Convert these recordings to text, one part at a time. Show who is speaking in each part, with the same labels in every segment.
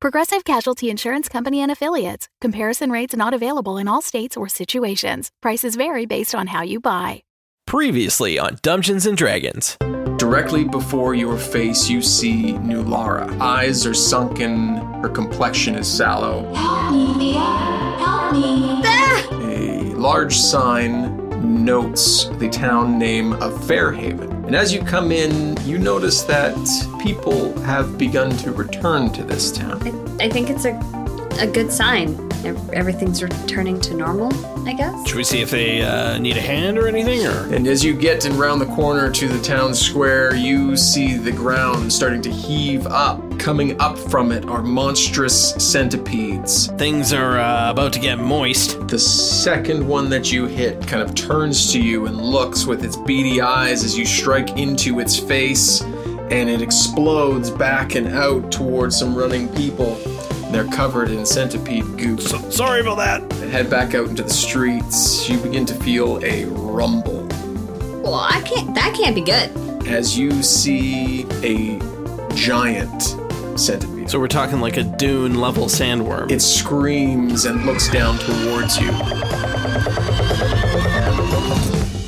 Speaker 1: Progressive Casualty Insurance Company and Affiliates. Comparison rates not available in all states or situations. Prices vary based on how you buy.
Speaker 2: Previously on Dungeons and Dragons.
Speaker 3: Directly before your face, you see New Lara. Eyes are sunken, her complexion is sallow.
Speaker 4: Help me, dear. Help me.
Speaker 3: A large sign notes the town name of Fairhaven. And as you come in, you notice that people have begun to return to this town.
Speaker 5: I, I think it's a, a good sign. Ev- Everything's returning to normal, I guess.
Speaker 2: Should we see if they uh, need a hand or anything? Or
Speaker 3: And as you get and round the corner to the town square, you see the ground starting to heave up. Coming up from it are monstrous centipedes.
Speaker 2: things are uh, about to get moist.
Speaker 3: The second one that you hit kind of turns to you and looks with its beady eyes as you strike into its face, and it explodes back and out towards some running people. They're covered in centipede goo.
Speaker 2: Sorry about that.
Speaker 3: They head back out into the streets. You begin to feel a rumble
Speaker 5: Well, I can't. That can't be good.
Speaker 3: as you see a giant centipede.
Speaker 2: So we're talking like a dune level sandworm.
Speaker 3: It screams and looks down towards you.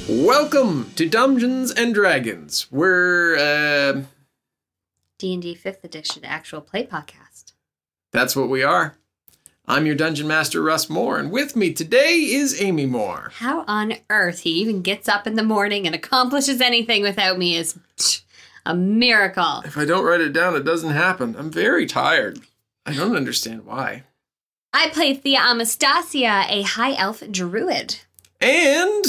Speaker 3: Welcome to Dungeons and Dragons. We're uh,
Speaker 5: D and D Fifth Edition actual play podcast.
Speaker 3: that's what we are. I'm your dungeon master Russ Moore, and with me today is Amy Moore.
Speaker 5: How on earth he even gets up in the morning and accomplishes anything without me is a miracle.
Speaker 3: If I don't write it down, it doesn't happen. I'm very tired. I don't understand why.
Speaker 5: I play Thea Amastasia, a high elf druid.
Speaker 3: And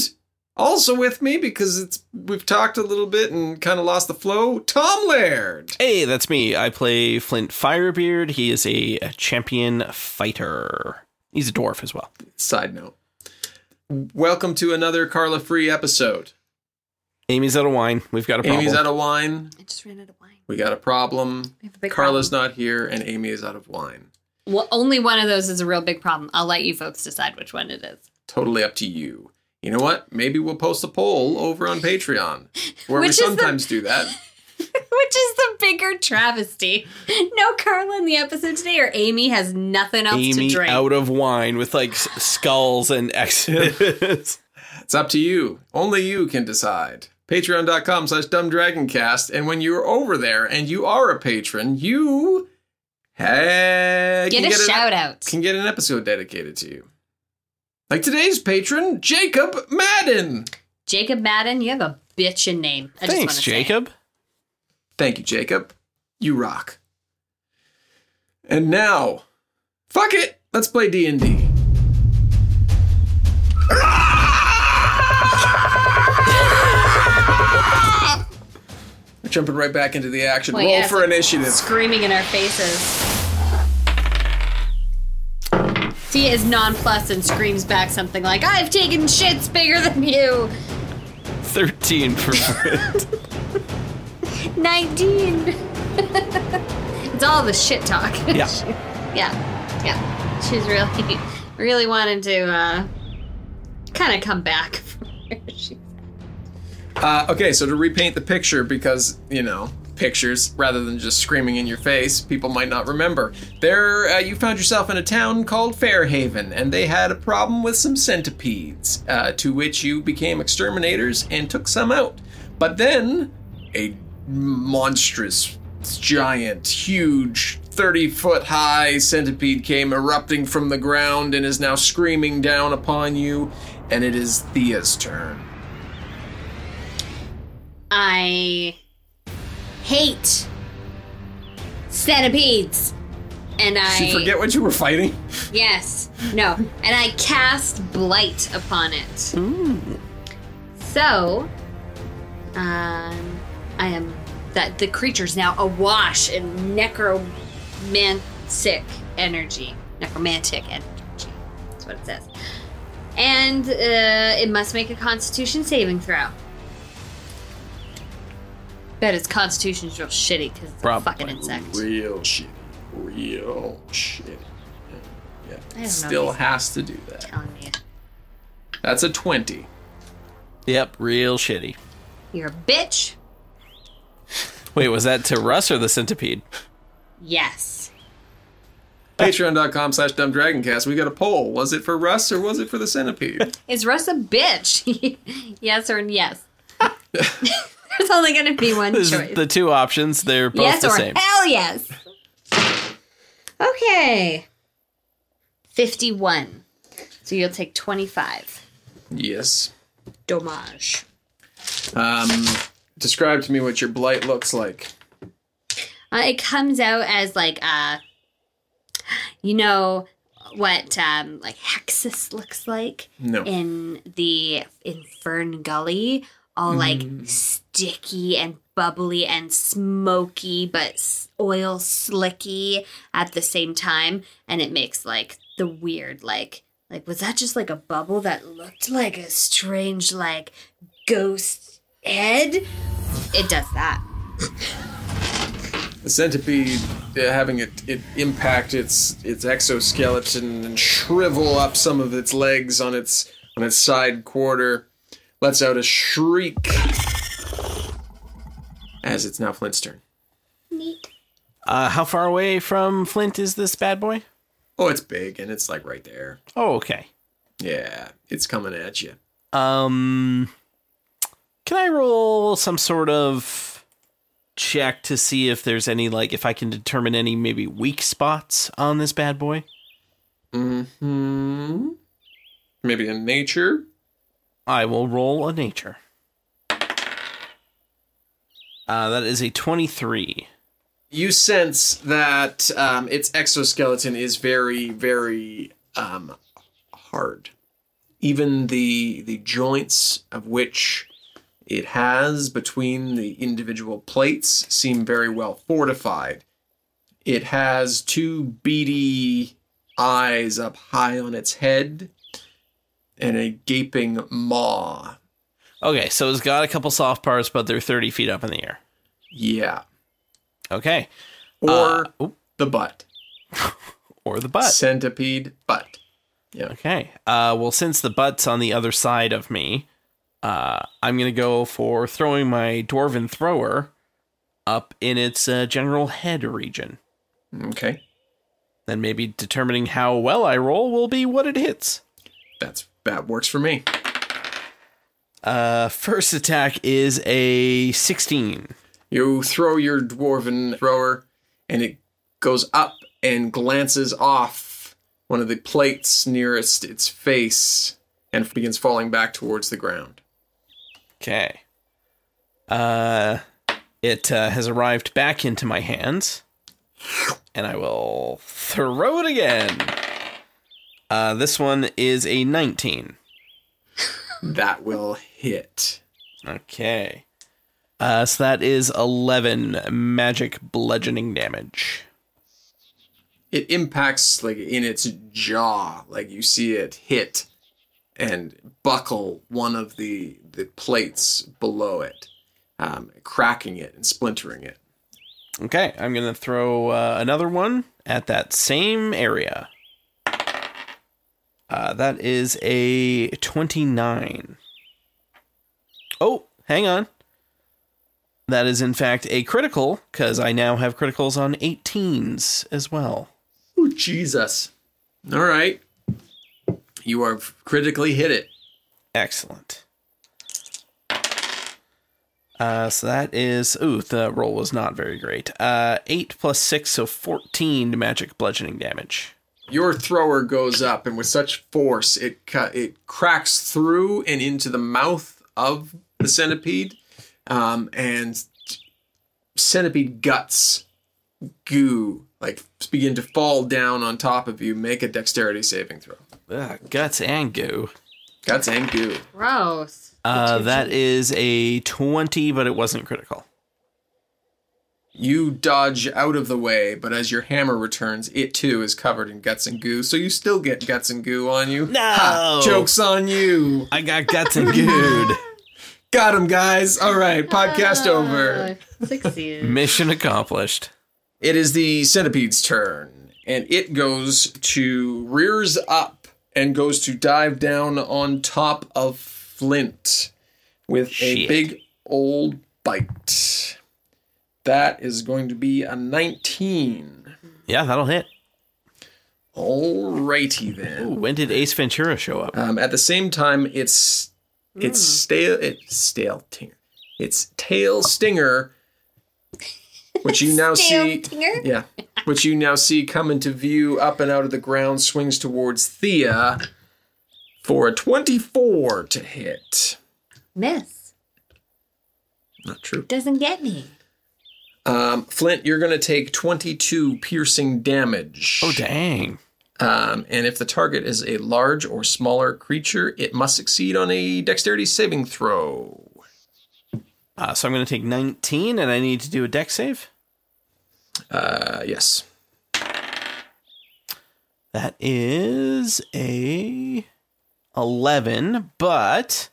Speaker 3: also with me because it's we've talked a little bit and kind of lost the flow. Tom Laird.
Speaker 2: hey, that's me. I play Flint Firebeard. He is a champion fighter. He's a dwarf as well.
Speaker 3: Side note. Welcome to another Carla Free episode.
Speaker 2: Amy's out of wine. We've got a problem.
Speaker 3: Amy's out of wine.
Speaker 5: I just ran out of wine.
Speaker 3: We got a problem.
Speaker 5: We have a big
Speaker 3: Carla's not here, and Amy is out of wine.
Speaker 5: Well, only one of those is a real big problem. I'll let you folks decide which one it is.
Speaker 3: Totally up to you. You know what? Maybe we'll post a poll over on Patreon, where
Speaker 5: Which is
Speaker 3: we
Speaker 5: the-
Speaker 3: sometimes do that.
Speaker 5: Which is the bigger travesty? No Carla in the episode today, or Amy has nothing else to
Speaker 2: Amy
Speaker 5: drink.
Speaker 2: out of wine with like s- skulls and X's.
Speaker 3: It's up to you. Only you can decide. Patreon.com slash dumbdragoncast. And when you're over there and you are a patron, you hey,
Speaker 5: Get a shout out.
Speaker 3: Can get an episode dedicated to you. Like today's patron, Jacob Madden.
Speaker 5: Jacob Madden, you have a bitchin' name. I just wanna
Speaker 2: Thanks,
Speaker 5: say.
Speaker 2: Jacob.
Speaker 3: Thank you, Jacob. You rock. And now, fuck it. Let's play D and D. We're jumping right back into the action.
Speaker 5: Well,
Speaker 3: Roll
Speaker 5: yeah,
Speaker 3: for
Speaker 5: so-
Speaker 3: initiative.
Speaker 5: Screaming in our faces. Tia is nonplussed and screams back something like, I've taken shits bigger than you.
Speaker 2: 13 for Flint.
Speaker 5: 19. it's all the shit talk.
Speaker 2: yeah.
Speaker 5: Yeah, yeah. She's really, really wanting to uh, kind of come back. from where she-
Speaker 3: Uh, okay, so to repaint the picture, because, you know, pictures rather than just screaming in your face, people might not remember. There, uh, you found yourself in a town called Fairhaven, and they had a problem with some centipedes, uh, to which you became exterminators and took some out. But then, a monstrous, giant, huge, 30 foot high centipede came erupting from the ground and is now screaming down upon you, and it is Thea's turn.
Speaker 5: I hate centipedes, and I
Speaker 3: Did you forget what you were fighting?
Speaker 5: Yes. No. And I cast Blight upon it. So, um, I am that the creature's now awash in necromantic energy. Necromantic energy. That's what it says. and uh, it must make a Constitution saving throw. Bet its Constitution's real shitty because it's
Speaker 2: Probably.
Speaker 5: a fucking insect.
Speaker 3: Real shit. Real shit. Yeah.
Speaker 5: don't know
Speaker 3: Still
Speaker 5: these-
Speaker 3: has to do that.
Speaker 5: Telling you,
Speaker 3: That's a 20.
Speaker 2: Yep, real shitty.
Speaker 5: you're a bitch.
Speaker 2: Wait, was that to Russ or the centipede?
Speaker 5: Yes.
Speaker 3: Patreon.com slash dumbdragoncast. We got a poll. Was it for Russ or was it for the centipede?
Speaker 5: Is Russ a bitch? yes or yes. There's only gonna be one
Speaker 2: This is
Speaker 5: choice.
Speaker 2: the two options. They're both
Speaker 5: yes
Speaker 2: the
Speaker 5: or
Speaker 2: same.
Speaker 5: hell yes. Okay. 51. So you'll take 25.
Speaker 3: yes.
Speaker 5: Dommage.
Speaker 3: Um, describe to me what your blight looks like.
Speaker 5: Uh, it comes out as like uh you know what um like Hexus looks like
Speaker 3: No.
Speaker 5: in the in Fern Gully, all like sticky and bubbly and smoky, but s- oil slicky at the same time, and it makes like the weird like like was that just like a bubble that looked like a strange like ghost head? It does that.
Speaker 3: The centipede uh, having it, it impact its its exoskeleton and shrivel up some of its legs on its on its side quarter, lets out a shriek as it's now Flint's turn.
Speaker 2: Uh, how far away from Flint is this bad boy?
Speaker 3: Oh, it's big and it's like right there.
Speaker 2: Oh, okay.
Speaker 3: Yeah, it's coming at you.
Speaker 2: Um, can I roll some sort of check to see if there's any like if I can determine any maybe weak spots on this bad boy?
Speaker 3: Hmm. Maybe in nature.
Speaker 2: I will roll a nature. Uh, that is a twenty-three.
Speaker 3: you sense that um, its exoskeleton is very, very um, hard. Even the the joints of which it has between the individual plates seem very well fortified. It has two beady eyes up high on its head and a gaping maw.
Speaker 2: Okay, so it's got a couple soft parts, but they're thirty feet up in the air.
Speaker 3: Yeah.
Speaker 2: Okay,
Speaker 3: Or
Speaker 2: Uh, oop,
Speaker 3: the butt.
Speaker 2: or the butt.
Speaker 3: Centipede butt.
Speaker 2: Okay. Uh, well, since the butt's on the other side of me, uh, I'm going to go for throwing my dwarven thrower up in its uh, general head region.
Speaker 3: Okay.
Speaker 2: Then maybe determining how well I roll will be what it hits.
Speaker 3: That's that works for me.
Speaker 2: Uh, first attack is a 16.
Speaker 3: You throw your dwarven thrower, and it goes up and glances off one of the plates nearest its face and begins falling back towards the ground.
Speaker 2: Okay. Uh, it uh, has arrived back into my hands, and I will throw it again. Uh, this one is a 19.
Speaker 3: That will hit.
Speaker 2: Okay. Uh, so that is 11 magic bludgeoning damage.
Speaker 3: It impacts like in its jaw, like you see it hit and buckle one of the the plates below it, um, cracking it and splintering it.
Speaker 2: Okay, I'm going to throw uh, another one at that same area. Uh, that is a 29. Oh, hang on. That is, in fact, a critical, because I now have criticals on 18s as well.
Speaker 3: Oh, Jesus. All right. You are critically hit it.
Speaker 2: Excellent. Uh, so that is ooh, the roll was not very great. Uh, eight plus six, so fourteen magic bludgeoning damage.
Speaker 3: Your thrower goes up, and with such force, it cut, it cracks through and into the mouth of the centipede, um, and centipede guts, goo, like begin to fall down on top of you. Make a dexterity saving throw.
Speaker 2: Ugh, Ah, guts and goo.
Speaker 3: Guts and goo.
Speaker 5: Gross.
Speaker 2: Uh, that is a twenty, but it wasn't critical.
Speaker 3: You dodge out of the way, but as your hammer returns, it too is covered in guts and goo, so you still get guts and goo on you.
Speaker 2: No!
Speaker 3: Ha, joke's on you.
Speaker 2: I got guts and good.
Speaker 3: Got him, guys. All right, podcast over.
Speaker 5: Succeed.
Speaker 2: Mission accomplished.
Speaker 3: It is the centipede's turn, and it goes to rears up and goes to dive down on top of Flint with a
Speaker 2: Shit.
Speaker 3: big old bite. That is going to be a 19.
Speaker 2: Yeah, that'll hit.
Speaker 3: Alrighty then.
Speaker 2: Ooh, when did Ace Ventura show up?
Speaker 3: Um, at the same time, it's it's stale it's stale tinger. It's tail stinger, which you now see.
Speaker 5: Stale stinger?
Speaker 3: Yeah, which you now see come into view up and out of the ground, swings towards Thea for a twenty-four to hit.
Speaker 5: Miss
Speaker 3: Not true.
Speaker 5: doesn't get me.
Speaker 3: Um, Flint, you're gonna take twenty-two piercing damage.
Speaker 2: Oh, dang.
Speaker 3: Um, and if the target is a large or smaller creature, it must succeed on a dexterity saving throw.
Speaker 2: Uh, so I'm going to take 19 and I need to do a deck save.
Speaker 3: Uh, yes.
Speaker 2: That is a 11, but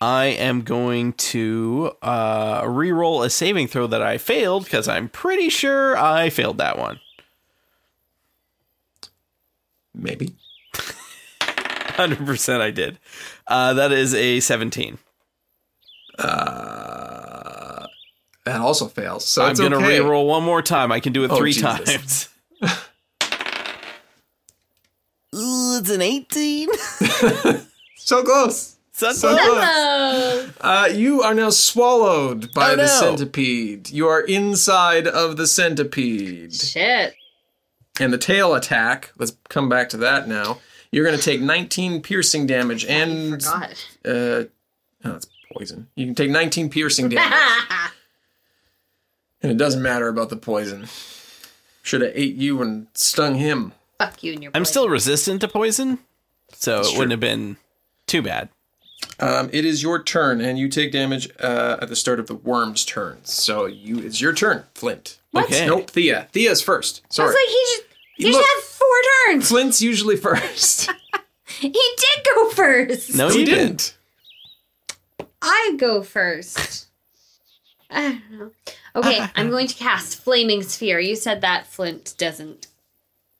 Speaker 2: I am going to uh, re-roll a saving throw that I failed because I'm pretty sure I failed that one.
Speaker 3: Maybe.
Speaker 2: 100% I did. Uh, that is a 17.
Speaker 3: Uh, That also fails. So
Speaker 2: I'm
Speaker 3: it's
Speaker 2: going to
Speaker 3: okay.
Speaker 2: re-roll one more time. I can do it
Speaker 3: Oh,
Speaker 2: three
Speaker 3: Jesus.
Speaker 2: times. Ooh, it's an 18.
Speaker 3: So close.
Speaker 2: So
Speaker 3: So
Speaker 2: close.
Speaker 3: close. Uh, you are now swallowed by
Speaker 2: Oh,
Speaker 3: the
Speaker 2: no.
Speaker 3: centipede. You are inside of the centipede.
Speaker 5: Shit.
Speaker 3: And the tail attack, let's come back to that now. You're going to take 19 piercing damage and.
Speaker 5: Forgot.
Speaker 3: Uh, oh, it's poison. You can take 19 piercing damage. and it doesn't matter about the poison. Should have ate you and stung him.
Speaker 5: Fuck you and your.
Speaker 2: I'm
Speaker 5: plate.
Speaker 2: still resistant to poison, so it
Speaker 3: true.
Speaker 2: wouldn't have been too bad.
Speaker 3: Um, it is your turn, and you take damage uh, at the start of the worm's turn. So you, it's your turn, Flint.
Speaker 2: Okay.
Speaker 3: Nope, Thea. Thea's first.
Speaker 5: I was
Speaker 3: Sorry.
Speaker 5: like, he just. He
Speaker 3: Look.
Speaker 5: just had four turns.
Speaker 3: Flint's usually first.
Speaker 5: He did go first.
Speaker 2: No, Oh, you didn't.
Speaker 5: I go first. I don't know. Okay, I'm going to cast Flaming Sphere. You said that Flint doesn't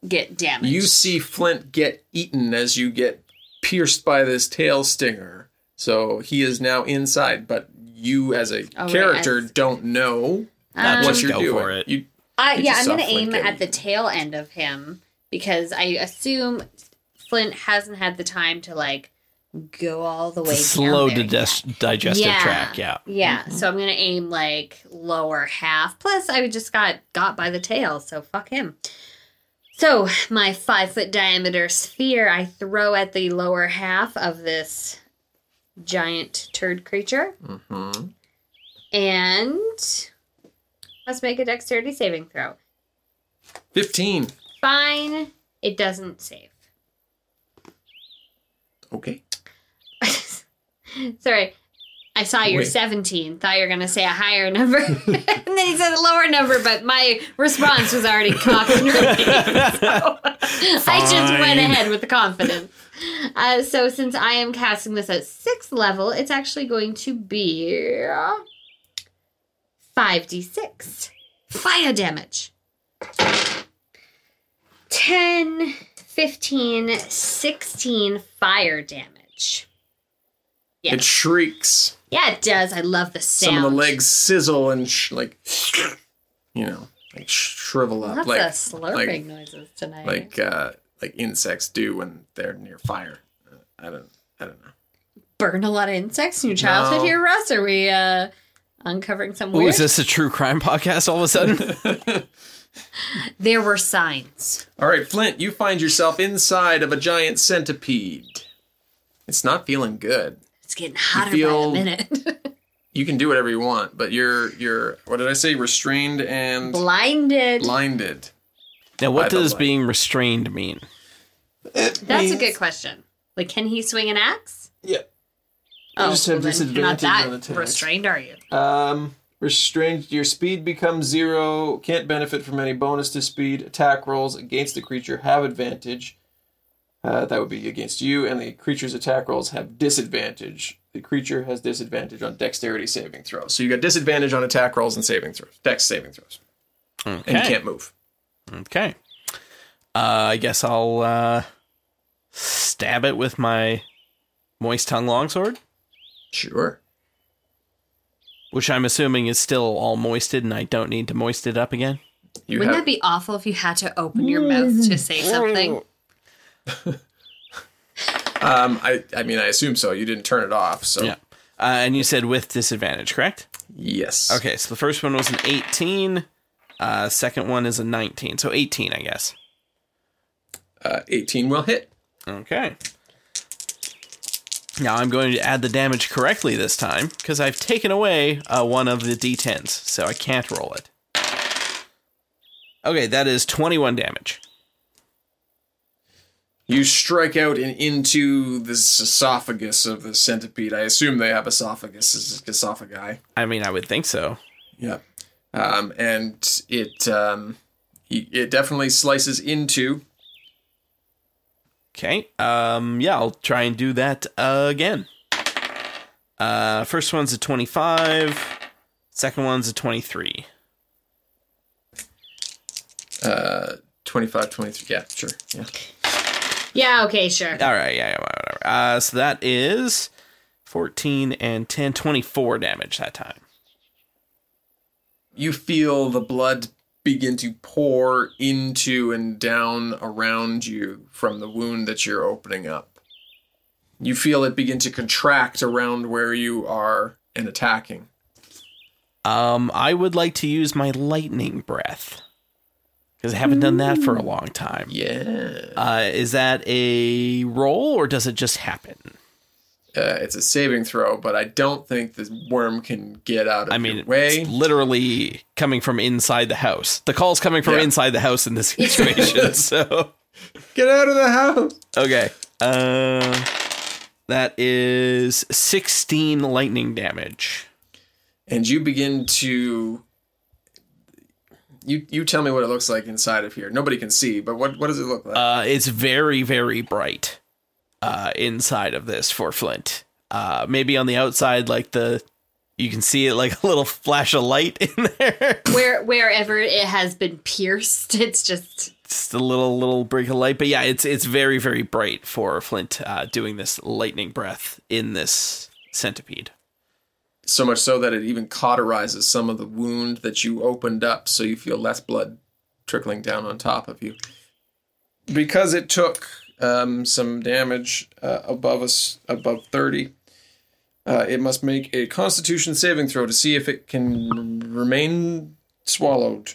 Speaker 5: get damaged.
Speaker 3: You see Flint get eaten as you get pierced by this tail stinger. So he is now inside, but you as a
Speaker 5: Oh, right,
Speaker 3: character
Speaker 5: as-
Speaker 3: don't know
Speaker 5: Ah.
Speaker 2: Nah,
Speaker 3: what
Speaker 2: just
Speaker 3: you're
Speaker 2: go
Speaker 3: doing.
Speaker 2: for it.
Speaker 3: You,
Speaker 5: I,
Speaker 3: You
Speaker 5: yeah,
Speaker 3: just
Speaker 5: I'm
Speaker 3: saw
Speaker 5: going to
Speaker 3: Flint
Speaker 5: aim
Speaker 3: get
Speaker 5: at the
Speaker 3: eaten.
Speaker 5: tail end of him because I assume Flint hasn't had the time to like go all the way
Speaker 2: Slow
Speaker 5: down there
Speaker 2: digest-
Speaker 5: yet.
Speaker 2: digestive track, yeah. Mm-hmm.
Speaker 5: Yeah, so I'm going to aim like lower half. Plus, I just got got by the tail, so fuck him. So, my five foot diameter sphere I throw at the lower half of this giant turd creature.
Speaker 3: Mhm.
Speaker 5: And let's make a dexterity saving throw.
Speaker 3: 15.
Speaker 5: Fine, it doesn't save.
Speaker 3: Okay.
Speaker 5: Sorry, I saw your
Speaker 3: Wait.
Speaker 5: 17, thought you were going to say a higher number. and then he said a lower number, but my response was already cocked and ready. So I just
Speaker 2: Fine.
Speaker 5: went ahead with the confidence. Uh, so since I am casting this at sixth level, it's actually going to be 5d6 fire damage. 10, 15, 16 fire damage. Yeah.
Speaker 3: It shrieks.
Speaker 5: Yeah, it does. I love the sound.
Speaker 3: Some of the legs sizzle and sh- like, you know, like shrivel up,
Speaker 5: Lots
Speaker 3: like
Speaker 5: of slurping
Speaker 3: like-
Speaker 5: noises tonight.
Speaker 3: like uh, like insects do when they're near fire. Uh, I don't, I don't know.
Speaker 5: Burn a lot of insects in your childhood
Speaker 3: No.
Speaker 5: here, Russ? Are we uh, uncovering some
Speaker 2: Ooh,
Speaker 5: weird?
Speaker 2: is this a true crime podcast all of a sudden?
Speaker 5: There were signs.
Speaker 3: All right, Flint, you find yourself inside of a giant centipede. It's not feeling good.
Speaker 5: It's getting hotter
Speaker 3: feel-
Speaker 5: by the minute.
Speaker 3: You can do whatever you want, but you're you're what did I say? Restrained and
Speaker 5: Blinded.
Speaker 3: blinded.
Speaker 2: now, what
Speaker 3: By the
Speaker 2: does
Speaker 3: way.
Speaker 2: being restrained mean?
Speaker 5: That's a good question. Like, can he swing an axe?
Speaker 3: Yeah.
Speaker 5: Oh,
Speaker 3: just have
Speaker 5: well then you're not
Speaker 3: disadvantage
Speaker 5: that
Speaker 3: on attacks.
Speaker 5: restrained, are you?
Speaker 3: Um, Restrained, your speed becomes zero. Can't benefit from any bonus to speed. Attack rolls against the creature have advantage. Uh, that would be against you, and the creature's attack rolls have disadvantage. The creature has disadvantage on dexterity saving throws. So you got disadvantage on attack rolls and saving throws, dex saving throws,
Speaker 2: Okay.
Speaker 3: and you can't move.
Speaker 2: Okay. Uh, I guess I'll uh, stab it with my moist tongue longsword,
Speaker 3: Sure.
Speaker 2: which I'm assuming is still all moisted, and I don't need to moist it up again.
Speaker 3: You
Speaker 5: Wouldn't
Speaker 3: have-
Speaker 5: that be awful if you had to open your mouth to say something?
Speaker 3: Um, I, I mean, I assume so. You didn't turn it off, so
Speaker 2: Yeah. Uh, and you said with disadvantage, correct?
Speaker 3: yes.
Speaker 2: Okay, so the first one was an 18. Uh, second one is a 19. So 18, I guess.
Speaker 3: Uh, 18 will hit.
Speaker 2: Okay. Now I'm going to add the damage correctly this time because I've taken away uh, one of the d10s, so I can't roll it. Okay, that is 21 damage.
Speaker 3: You strike out and into this esophagus of the centipede. I assume they have esophagus, esophagi.
Speaker 2: I mean, I would think so.
Speaker 3: Yeah. Um, and it um, y- it definitely slices into.
Speaker 2: Okay. Um. Yeah, I'll try and do that uh, again. Uh, first one's a 25. Second one's a 23.
Speaker 3: Uh, 25, 23. Yeah, sure. Yeah.
Speaker 5: Yeah, okay, sure.
Speaker 2: All right, yeah, yeah, whatever. Uh, so that is 14 and 10, 24 damage that time.
Speaker 3: You feel the blood begin to pour into and down around you from the wound that you're opening up. You feel it begin to contract around where you are and attacking.
Speaker 2: Um, I would like to use my lightning breath because I haven't done that for a long time.
Speaker 3: Mm, Yeah.
Speaker 2: Uh, is that a roll or does it just happen?
Speaker 3: Uh, it's a saving throw, but I don't think the worm can get out of
Speaker 2: I mean,
Speaker 3: your way.
Speaker 2: it's literally coming from inside the house. The call's coming from
Speaker 3: Yeah.
Speaker 2: inside the house in this situation. so,
Speaker 3: Get out of the house!
Speaker 2: okay. Uh, that is 16 lightning damage.
Speaker 3: And you begin to. You, you tell me what it looks like inside of here. Nobody can see, but what, what does it look like?
Speaker 2: Uh, it's very, very bright uh, inside of this for Flint. Uh, maybe on the outside, like the you can see it like a little flash of light in there.
Speaker 5: Where wherever it has been pierced, it's just
Speaker 2: Just a little little break of light, but yeah, it's it's very very bright for Flint uh, doing this lightning breath in this centipede.
Speaker 3: so much so that it even cauterizes some of the wound that you opened up so you feel less blood trickling down on top of you because it took um, some damage uh, above us above 30 uh, it must make a constitution saving throw to see if it can r- remain swallowed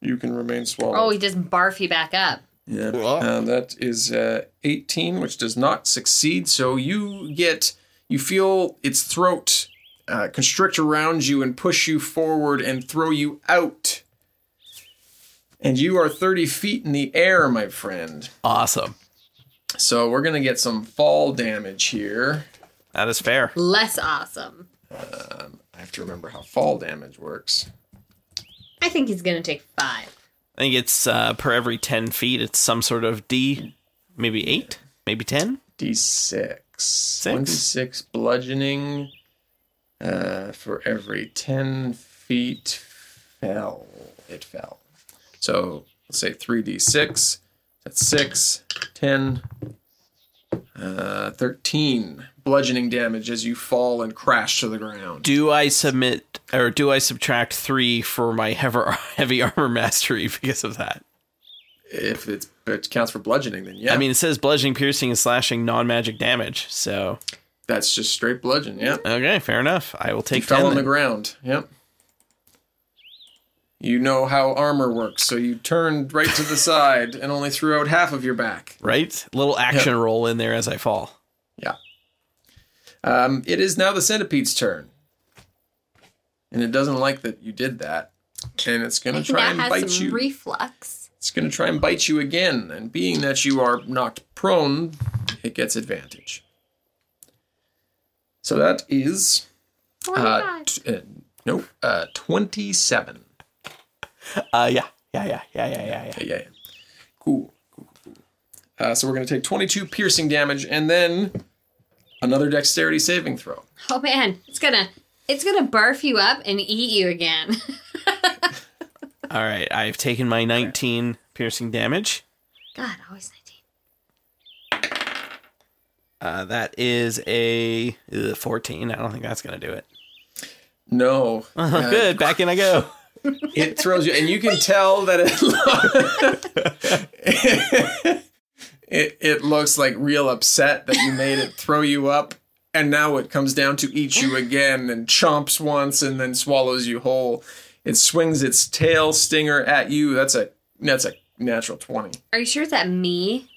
Speaker 3: you can remain swallowed
Speaker 5: oh, he just barf you back up.
Speaker 3: yeah. Uh, that is uh, 18, which does not succeed. So you get, you feel its throat uh, constrict around you and push you forward and throw you out. And you are 30 feet in the air, my friend.
Speaker 2: Awesome,
Speaker 3: So we're going to get some fall damage here.
Speaker 2: that is fair.
Speaker 5: Less awesome.
Speaker 3: I have to remember how fall damage works.
Speaker 5: I think he's gonna take five.
Speaker 2: I think it's uh, per every ten feet, it's some sort of D, maybe eight, maybe ten.
Speaker 3: D6. 1d6 bludgeoning uh, for every 10 feet fell. It fell. So let's say 3d6. That's 6, 10, uh, 13 bludgeoning damage as you fall and crash to the ground.
Speaker 2: do I submit or do I subtract three for my heavy, heavy armor mastery because of that?
Speaker 3: If it's, it counts for bludgeoning, then yeah.
Speaker 2: I mean, it says bludgeoning, piercing, and slashing non magic damage. So,
Speaker 3: that's just straight bludgeon. Yeah.
Speaker 2: okay, fair enough. I will
Speaker 3: You
Speaker 2: take 10.
Speaker 3: fell on the
Speaker 2: then.
Speaker 3: ground. Yep. You know how armor works, so you turned right to the side and only threw out half of your back.
Speaker 2: Right? Little action roll in there as I fall.
Speaker 3: Yeah. Um, it is now the centipede's turn, and it doesn't like that you did that, and it's
Speaker 5: I
Speaker 3: gonna
Speaker 5: think
Speaker 3: try
Speaker 5: that
Speaker 3: and
Speaker 5: has
Speaker 3: bite
Speaker 5: some
Speaker 3: you.
Speaker 5: reflux.
Speaker 3: it's gonna try and bite you again, and being that you are knocked prone, it gets advantage. So that is
Speaker 5: Why
Speaker 3: uh,
Speaker 5: not?
Speaker 3: t- uh, Nope. Uh, 27.
Speaker 2: Uh, yeah, yeah, yeah, yeah, yeah, yeah, yeah.
Speaker 3: Yeah, yeah, yeah. Cool. Cool, cool, cool. Uh, so we're going to take 22 piercing damage and then another dexterity saving throw.
Speaker 5: Oh man, it's gonna it's gonna barf you up and eat you again.
Speaker 2: All right, I've taken my 19 piercing damage.
Speaker 5: God, always nineteen.
Speaker 2: Uh, that is a uh, 14. I don't think that's gonna do it.
Speaker 3: No. Uh,
Speaker 2: Good, back in I go.
Speaker 3: It throws you, and you can tell that it. it it looks like real upset that you made it throw you up, and now it comes down to eat you again, and chomps once, and then swallows you whole. It swings its tail stinger at you. That's a that's a natural twenty.
Speaker 5: Are you sure it's at me?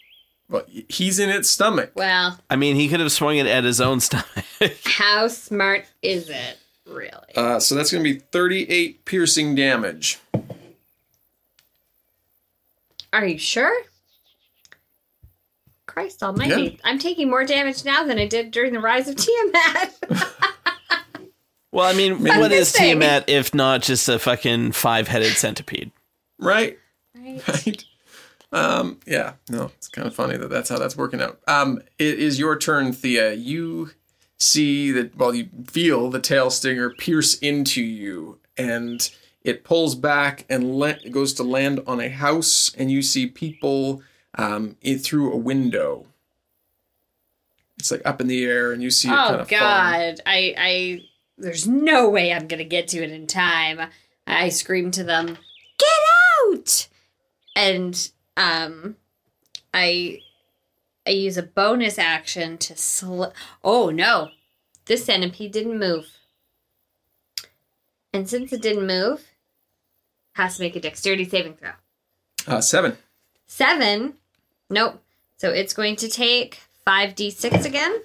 Speaker 3: But he's in its stomach.
Speaker 5: Well,
Speaker 2: I mean, he could have swung it at his own stomach.
Speaker 5: how smart is it, really?
Speaker 3: Uh, so that's going to be thirty-eight piercing damage.
Speaker 5: Are you sure? Christ Almighty!
Speaker 3: Yeah.
Speaker 5: I'm taking more damage now than I did during the Rise of Tiamat.
Speaker 2: well, I mean, what is
Speaker 5: just saying.
Speaker 2: Tiamat if not just a fucking five-headed centipede?
Speaker 3: Right.
Speaker 5: right?
Speaker 3: right? Um, yeah, no, it's kind of funny that that's how that's working out. Um, it is your turn, Thea. You see that, well, you feel the tail stinger pierce into you, and it pulls back and le- it goes to land on a house, and you see people um, in, through a window. It's like up in the air, and you see it kind
Speaker 5: Oh
Speaker 3: of falling.
Speaker 5: God! I I there's no way I'm gonna get to it in time. I scream to them, "Get out!" And um, I I use a bonus action to sl. Oh no, this centipede didn't move. And since it didn't move, has to make a dexterity saving throw.
Speaker 3: Uh, seven.
Speaker 5: Seven. Nope. So it's going to take 5d6 again.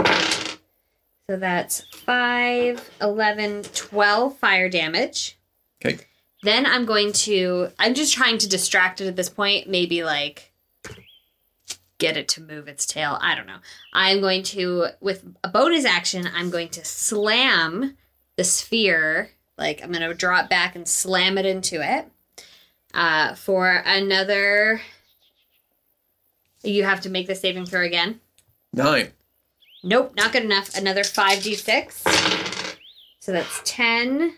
Speaker 5: So that's 5, 11, 12 fire damage.
Speaker 3: Okay.
Speaker 5: Then I'm going to. I'm just trying to distract it at this point. Maybe like get it to move its tail. I don't know. I'm going to, with a bonus action, I'm going to slam the sphere. Like I'm going to draw it back and slam it into it uh, for another. You have to make the saving throw again.
Speaker 3: Nine.
Speaker 5: Nope, not good enough. Another 5d6. So that's 10,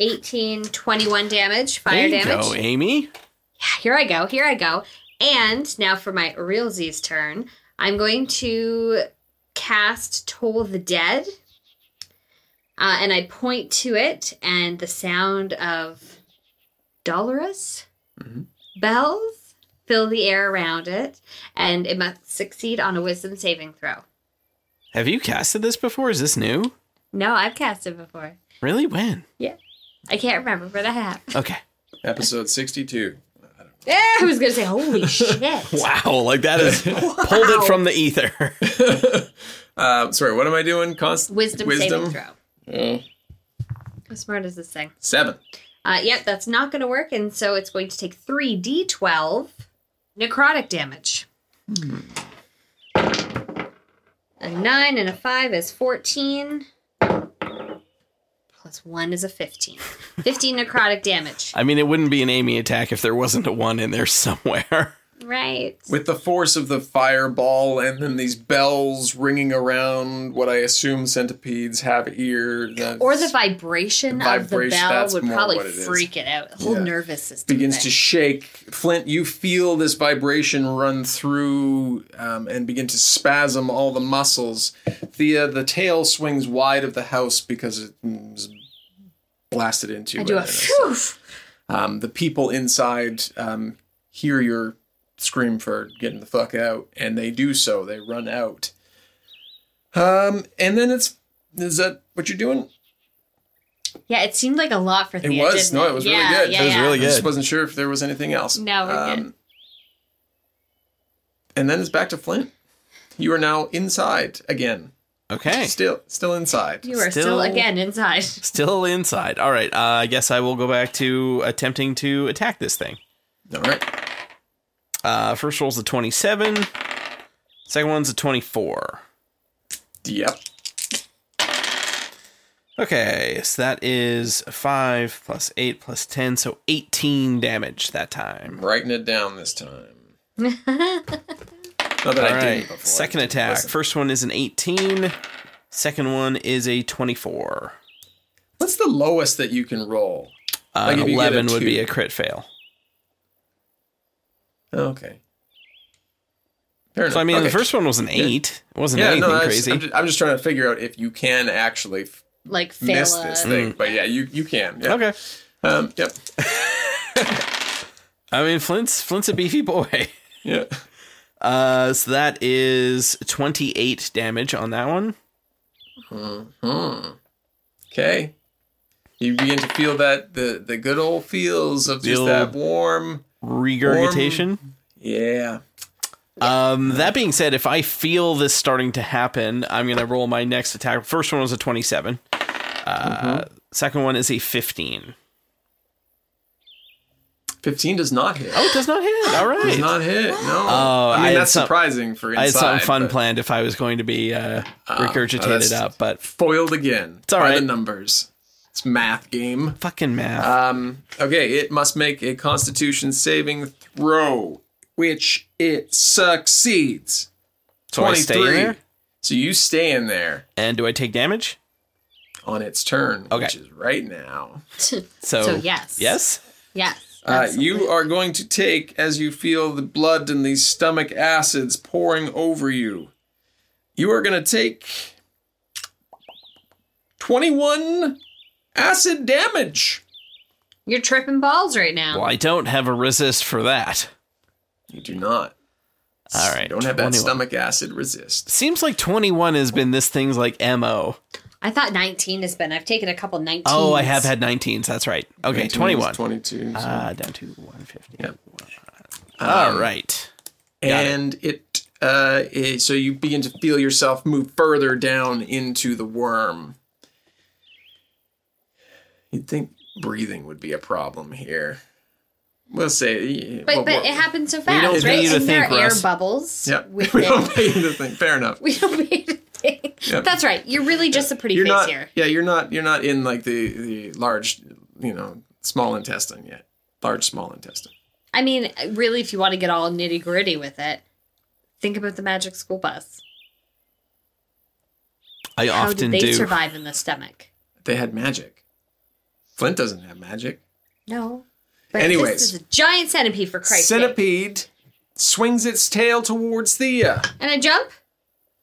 Speaker 5: 18, 21 damage, fire
Speaker 2: there you
Speaker 5: damage.
Speaker 2: go, Amy.
Speaker 5: Here I go, here I go. And now for my Realzi's turn, I'm going to cast Toll the Dead. Uh, and I point to it, and the sound of dolorous
Speaker 2: Mm-hmm.
Speaker 5: bells fill the air around it, and it must succeed on a wisdom saving throw.
Speaker 2: Have you casted this before? Is this new?
Speaker 5: No, I've cast it before.
Speaker 2: Really? When?
Speaker 5: Yeah. I can't remember, but I have.
Speaker 2: Okay.
Speaker 3: Episode sixty-two.
Speaker 5: Yeah, I was going to say, holy shit.
Speaker 2: Wow, like that is pulled it from the ether.
Speaker 3: Uh, sorry, what am I doing? Const-
Speaker 5: Wisdom, saving throw. How smart is this thing?
Speaker 3: Seven.
Speaker 5: Uh, yep, that's not going to work, and so it's going to take 3d12 necrotic damage. A 9 and a 5 is 14. Plus 1 is a 15. 15 necrotic damage.
Speaker 2: I mean, it wouldn't be an Amy attack if there wasn't a one in there somewhere.
Speaker 5: Right.
Speaker 3: with the force of the fireball and then these bells ringing around what i assume centipedes have ear that
Speaker 5: Or the
Speaker 3: Vibration,
Speaker 5: vibration, of the bell
Speaker 3: that's
Speaker 5: would
Speaker 3: more
Speaker 5: probably
Speaker 3: what it is.
Speaker 5: freak it out. The whole
Speaker 3: Yeah.
Speaker 5: nervous system.
Speaker 3: begins
Speaker 5: thing.
Speaker 3: to shake flint you feel this vibration run through um, and begin to spasm all the muscles the uh, the tail swings wide of the house because it was blasted into
Speaker 5: I do a
Speaker 3: it.
Speaker 5: phew.
Speaker 3: um, the people inside um, hear your scream for getting the fuck out, and they do so. They run out. Um, and then it's is that what you're doing?
Speaker 5: Yeah, it seemed like a lot for
Speaker 3: It
Speaker 5: Thea.
Speaker 3: was.
Speaker 5: didn't
Speaker 3: No, it was really
Speaker 5: Yeah,
Speaker 3: good. It
Speaker 5: Yeah,
Speaker 2: was
Speaker 5: yeah.
Speaker 2: really
Speaker 3: I just
Speaker 2: Good.
Speaker 3: wasn't sure if there was anything else. Um,
Speaker 5: No, we're good.
Speaker 3: And then it's back to Flint. You are now inside again.
Speaker 2: Okay.
Speaker 3: Still, still inside.
Speaker 5: You are still,
Speaker 2: Still-
Speaker 5: again inside.
Speaker 2: Still inside. All right. Uh, I guess I will go back to attempting to attack this thing.
Speaker 3: All right.
Speaker 2: Uh, first roll's a 27. Second one's a 24.
Speaker 3: Yep.
Speaker 2: Okay, so that is 5 plus 8 plus 10, so 18 damage that time.
Speaker 3: Writing it down this time. Not that I
Speaker 2: All
Speaker 3: didn't
Speaker 2: right,
Speaker 3: before.
Speaker 2: second attack.
Speaker 3: Listen,
Speaker 2: First one is an 18, second one is a 24.
Speaker 3: what's the lowest that you can roll?
Speaker 2: Uh,
Speaker 3: Like,
Speaker 2: an
Speaker 3: if Oh, you get a
Speaker 2: 11 would be
Speaker 3: two.
Speaker 2: a crit fail.
Speaker 3: Okay. Fair enough.
Speaker 2: So, I mean, the
Speaker 3: Okay.
Speaker 2: first one was an 8. It wasn't
Speaker 3: Yeah,
Speaker 2: anything
Speaker 3: no, that's-
Speaker 2: crazy.
Speaker 3: I'm just, I'm just trying to figure out if you can actually f-
Speaker 5: Like fail
Speaker 3: miss
Speaker 5: a-
Speaker 3: this thing. But yeah, you, you can. Yeah.
Speaker 2: Okay.
Speaker 3: Um, yep.
Speaker 2: I mean, Flint's Flint's a beefy boy.
Speaker 3: Yeah.
Speaker 2: Uh, so that is 28 damage on that one.
Speaker 3: Okay. You begin to feel that the the good old feels of just
Speaker 2: The
Speaker 3: that
Speaker 2: old-
Speaker 3: warm.
Speaker 2: Regurgitation.
Speaker 3: Yeah.
Speaker 2: Um, that being said, if I feel this starting to happen, I'm going to roll my next attack. First one was a 27. Uh,
Speaker 3: Mm-hmm.
Speaker 2: Second one is a 15.
Speaker 3: 15 does not hit.
Speaker 2: Oh, it does not hit. All right.
Speaker 3: Does not hit. No.
Speaker 2: Oh,
Speaker 3: I
Speaker 2: I
Speaker 3: mean
Speaker 2: had
Speaker 3: that's
Speaker 2: some-
Speaker 3: surprising for inside.
Speaker 2: I had something fun
Speaker 3: but Oh,
Speaker 2: planned if I was going to be uh, regurgitated
Speaker 3: that's-
Speaker 2: up, but
Speaker 3: Foiled again. It's
Speaker 2: all
Speaker 3: by the
Speaker 2: right.
Speaker 3: numbers. It's math game.
Speaker 2: fucking math.
Speaker 3: Um, okay, it must make a Constitution saving throw, which it succeeds.
Speaker 2: so I stay in there.
Speaker 3: So you stay in there
Speaker 2: And do I take damage?
Speaker 3: on its turn,
Speaker 2: Okay.
Speaker 3: which is right now.
Speaker 2: So,
Speaker 5: So yes.
Speaker 2: Yes?
Speaker 5: Yes.
Speaker 3: Uh, you are going to take as you feel the blood and these stomach acids pouring over you. You are going to take 21 acid damage.
Speaker 5: You're tripping balls right now.
Speaker 2: Well, I don't have a resist for that.
Speaker 3: You do not.
Speaker 2: All right.
Speaker 3: You don't have that
Speaker 2: 21.
Speaker 3: stomach acid resist.
Speaker 2: Seems like 21 has been this thing's like MO.
Speaker 5: I thought 19 has been. I've taken a couple 19s.
Speaker 2: Oh, I have had 19s. That's right. Okay, 21.
Speaker 3: 22. so-
Speaker 2: Uh, down to 150.
Speaker 3: Yep.
Speaker 2: All right. Got it.
Speaker 3: and it, uh, it- so you begin to feel yourself move further down into the worm. You'd think breathing would be a problem here. We'll say,
Speaker 5: But
Speaker 3: well,
Speaker 5: but
Speaker 3: well,
Speaker 5: it happened so
Speaker 2: don't
Speaker 5: fast,
Speaker 2: pay
Speaker 5: right?
Speaker 2: you to
Speaker 5: And there
Speaker 2: think,
Speaker 5: are air
Speaker 2: Russ.
Speaker 5: bubbles.
Speaker 3: Yeah, we
Speaker 5: With it.
Speaker 3: don't pay you to think. Fair enough.
Speaker 5: we don't pay you to think.
Speaker 3: Yep.
Speaker 5: That's right. You're really just a pretty
Speaker 3: You're
Speaker 5: face
Speaker 3: not.
Speaker 5: here.
Speaker 3: Yeah, you're not. You're not in like the the large, you know, small intestine yet. Large small intestine.
Speaker 5: I mean, really, if you want to get all nitty gritty with it, think about the magic school bus.
Speaker 2: I
Speaker 5: How
Speaker 2: often
Speaker 5: did they
Speaker 2: do.
Speaker 5: survive in the stomach?
Speaker 3: They had magic. Flint doesn't have magic.
Speaker 5: No. But
Speaker 3: Anyways.
Speaker 5: this is a giant centipede for Christ's sake.
Speaker 3: Centipede swings its tail towards Thea.
Speaker 5: And a jump?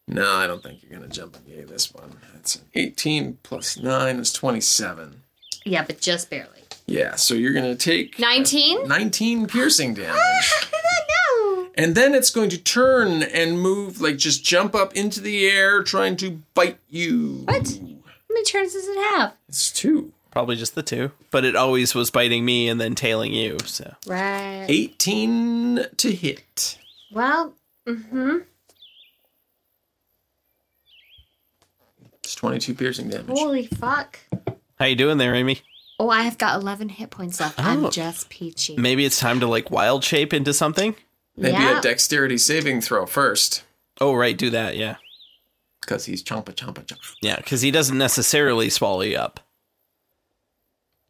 Speaker 3: No, I don't think you're gonna jump and get this one. That's an 18 plus 9 is 27.
Speaker 5: Yeah, but just barely.
Speaker 3: Yeah, so you're gonna take
Speaker 2: Uh,
Speaker 5: 19?
Speaker 3: 19 piercing
Speaker 5: Ah,
Speaker 3: damage. And then it's going to turn and move, like just jump up into the air, trying to bite you.
Speaker 5: What? How many turns does it have?
Speaker 3: It's two.
Speaker 2: Probably just the two. But it always was biting me and then tailing you. So
Speaker 5: Right.
Speaker 3: 18 to hit.
Speaker 5: Well, mm-hmm.
Speaker 3: It's 22 piercing damage.
Speaker 5: Holy fuck.
Speaker 2: how you doing there, Amy?
Speaker 5: Oh, I have got 11 hit points left.
Speaker 2: Oh.
Speaker 5: I'm just peachy.
Speaker 2: Maybe it's time to like wild shape into something.
Speaker 3: Maybe
Speaker 5: yeah.
Speaker 3: a dexterity saving throw first,
Speaker 2: Oh right, do that. Yeah,
Speaker 3: because he's chompa chompa chompa.
Speaker 2: yeah. Because he doesn't necessarily swallow you up.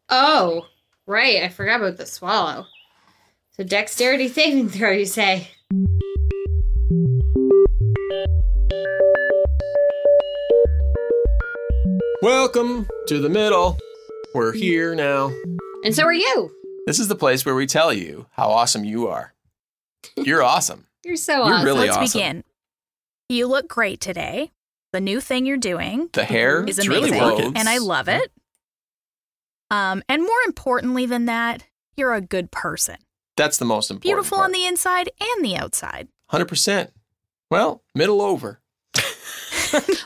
Speaker 5: oh, right. I forgot about the swallow. So dexterity saving throw, you say?
Speaker 3: Welcome to the middle. We're here now.
Speaker 5: And so are you.
Speaker 3: This is the place where we tell you how awesome you are. You're awesome.
Speaker 5: You're so
Speaker 2: You're
Speaker 5: awesome.
Speaker 2: really-
Speaker 6: Let's
Speaker 2: awesome.
Speaker 6: begin. You look great today. The new thing you're doing
Speaker 3: The hair
Speaker 6: is
Speaker 2: It's really
Speaker 6: amazing,
Speaker 2: working.
Speaker 6: and I love it. Um, and more importantly than that, you're a good person,
Speaker 3: That's the most important.
Speaker 6: beautiful on
Speaker 3: part.
Speaker 6: the inside and the outside.
Speaker 3: hundred percent. Well, middle over.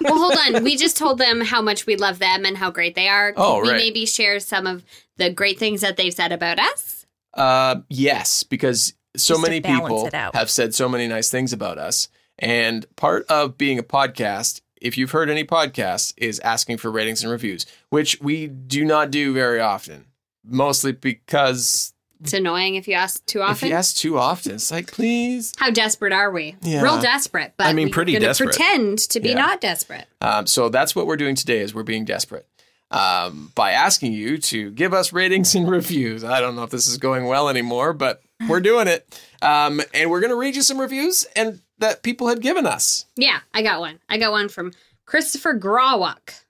Speaker 5: well, hold on. We just told them how much we love them and how great they are.
Speaker 3: Oh,
Speaker 5: we
Speaker 3: right.
Speaker 5: maybe share some of the great things that they've said about us?
Speaker 3: Uh, yes, because so
Speaker 6: Just to
Speaker 3: many
Speaker 6: balance
Speaker 3: people
Speaker 6: it out.
Speaker 3: have said so many nice things about us, and part of being a podcast. If you've heard any podcasts, is asking for ratings and reviews, which we do not do very often, mostly because
Speaker 5: It's annoying if you ask too
Speaker 3: if you
Speaker 5: often.
Speaker 3: ask too often, it's like, please,
Speaker 5: How desperate are we?
Speaker 3: Yeah.
Speaker 5: Real desperate, but
Speaker 2: I mean,
Speaker 5: we're
Speaker 2: pretty
Speaker 5: gonna
Speaker 2: desperate.
Speaker 5: Pretend to be
Speaker 3: Yeah.
Speaker 5: not desperate.
Speaker 3: Um, so that's what we're doing today is we're being desperate. um, by asking you to give us ratings and reviews. I don't know if this is going well anymore, but we're doing it. Um, and we're going to read you some reviews and that people had given us.
Speaker 5: Yeah, I got one. I got one from Christopher Grawak.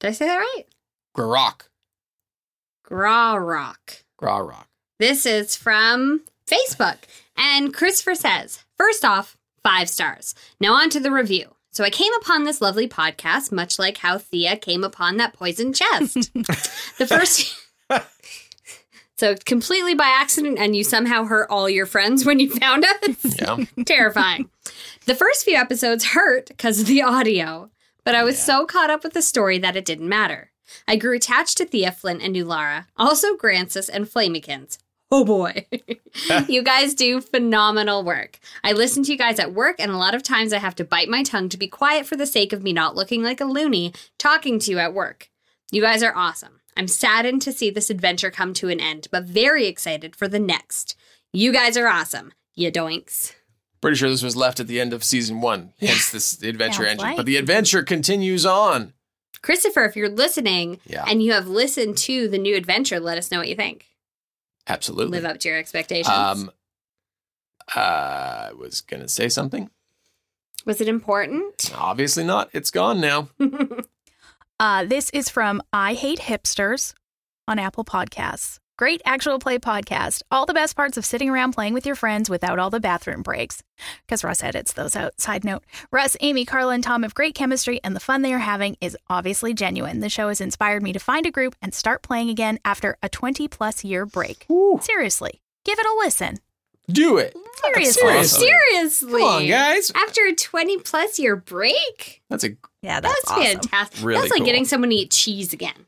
Speaker 5: Did I say that right?
Speaker 3: Grok.
Speaker 5: Grawrock.
Speaker 3: Grok.
Speaker 5: This is from Facebook. And Christopher says, first off, five stars. Now on to the review. So I came upon this lovely podcast, much like how Thea came upon that poison chest. the first. so completely by accident, and you somehow hurt all your friends when you found us.
Speaker 3: Yeah.
Speaker 5: Terrifying. the first few episodes hurt because of the audio, but I was so caught up with the story that it didn't matter. I grew attached to Thea Flint and Nulara, also Grancis and Flamikins. Oh boy. you guys do phenomenal work. I listen to you guys at work, and a lot of times I have to bite my tongue to be quiet for the sake of me not looking like a loony talking to you at work. You guys are awesome. I'm saddened to see this adventure come to an end, but very excited for the next. You guys are awesome. You doinks.
Speaker 3: Pretty sure this was left at the end of season one, hence this adventure
Speaker 6: Sounds
Speaker 3: engine.
Speaker 6: like.
Speaker 3: But the adventure continues on.
Speaker 5: Christopher, if you're listening
Speaker 3: Yeah.
Speaker 5: and you have listened to the new adventure, let us know what you think.
Speaker 3: Absolutely.
Speaker 5: Live up to your expectations.
Speaker 3: Um, uh, I was going to say something.
Speaker 5: Was it important?
Speaker 3: Obviously not. It's gone now.
Speaker 6: Uh, this is from I Hate Hipsters on Apple Podcasts. Great actual play podcast. All the best parts of sitting around playing with your friends without all the bathroom breaks. Because Russ edits those out. Side note Russ, Amy, Carla, and Tom have great chemistry, and the fun they are having is obviously genuine. The show has inspired me to find a group and start playing again after a 20 plus year break. Seriously, give it a listen.
Speaker 3: Do it.
Speaker 6: Seriously.
Speaker 3: Seriously.
Speaker 5: Seriously.
Speaker 3: Come on, guys.
Speaker 5: After a 20 plus year break?
Speaker 3: That's a
Speaker 6: Yeah,
Speaker 5: That's,
Speaker 6: that's, awesome.
Speaker 5: fantastic.
Speaker 2: Really
Speaker 5: That's like
Speaker 2: cool.
Speaker 5: getting someone to eat cheese again.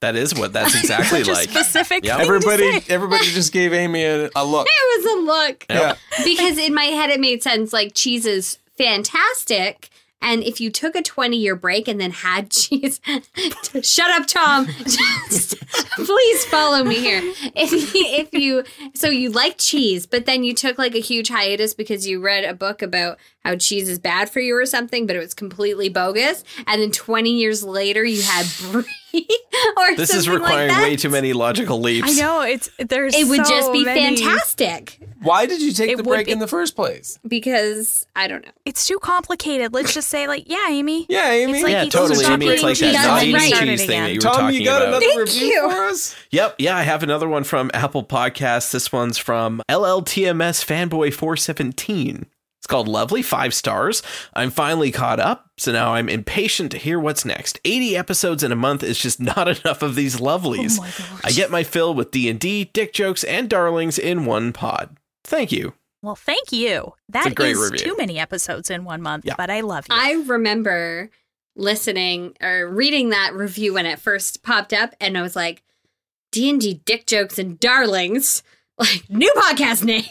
Speaker 2: That is what that's exactly
Speaker 6: Such a
Speaker 2: like.
Speaker 6: specific
Speaker 2: Yep.
Speaker 6: thing to
Speaker 3: everybody.
Speaker 6: say.
Speaker 3: Everybody just gave Amy a, a look.
Speaker 5: It was a look.
Speaker 3: Yeah.
Speaker 5: Because in my head, it made sense. Like, cheese is fantastic. And if you took a 20 year break and then had cheese, shut up, Tom. Just, please follow me here. If you, if you, so you like cheese, but then you took like a huge hiatus because you read a book about how cheese is bad for you or something, but it was completely bogus. And then 20 years later, you had brie or
Speaker 2: This
Speaker 5: something
Speaker 2: is requiring
Speaker 5: like that.
Speaker 2: way too many logical leaps.
Speaker 6: I know it's there's
Speaker 5: It would
Speaker 6: so
Speaker 5: just be
Speaker 6: many-
Speaker 5: fantastic
Speaker 3: Why did you take
Speaker 6: It
Speaker 3: the
Speaker 6: would
Speaker 3: break
Speaker 6: be-
Speaker 3: in the first place?
Speaker 5: because I don't know.
Speaker 6: It's too complicated. Let's just say like, yeah, Amy.
Speaker 3: Yeah, Amy.
Speaker 6: It's like
Speaker 2: yeah,
Speaker 6: you
Speaker 2: totally.
Speaker 6: stop
Speaker 2: I mean, it's like
Speaker 6: eating
Speaker 2: that naughty
Speaker 5: cheese and then
Speaker 2: cheese
Speaker 6: start it
Speaker 2: thing that
Speaker 6: again.
Speaker 2: you were
Speaker 3: Tom,
Speaker 2: talking
Speaker 3: you got
Speaker 2: about.
Speaker 3: another
Speaker 5: Thank
Speaker 3: review
Speaker 5: you.
Speaker 3: for us?
Speaker 2: Yep, yeah, I have another one from Apple Podcasts. This one's from LLTMS Fanboy 417. It's called Lovely, five stars. I'm finally caught up, so now I'm impatient to hear what's next. 80 episodes in a month is just not enough of these lovelies.
Speaker 6: Oh my gosh.
Speaker 2: I get my fill with D&D, dick jokes, and darlings in one pod. Thank you.
Speaker 6: Well, thank you. That
Speaker 2: a
Speaker 6: is
Speaker 2: great review.
Speaker 6: too many episodes in one month,
Speaker 2: Yeah.
Speaker 6: but I love you.
Speaker 5: I remember listening or reading that review when it first popped up, and I was like, "D and D dick jokes and darlings, like new podcast name,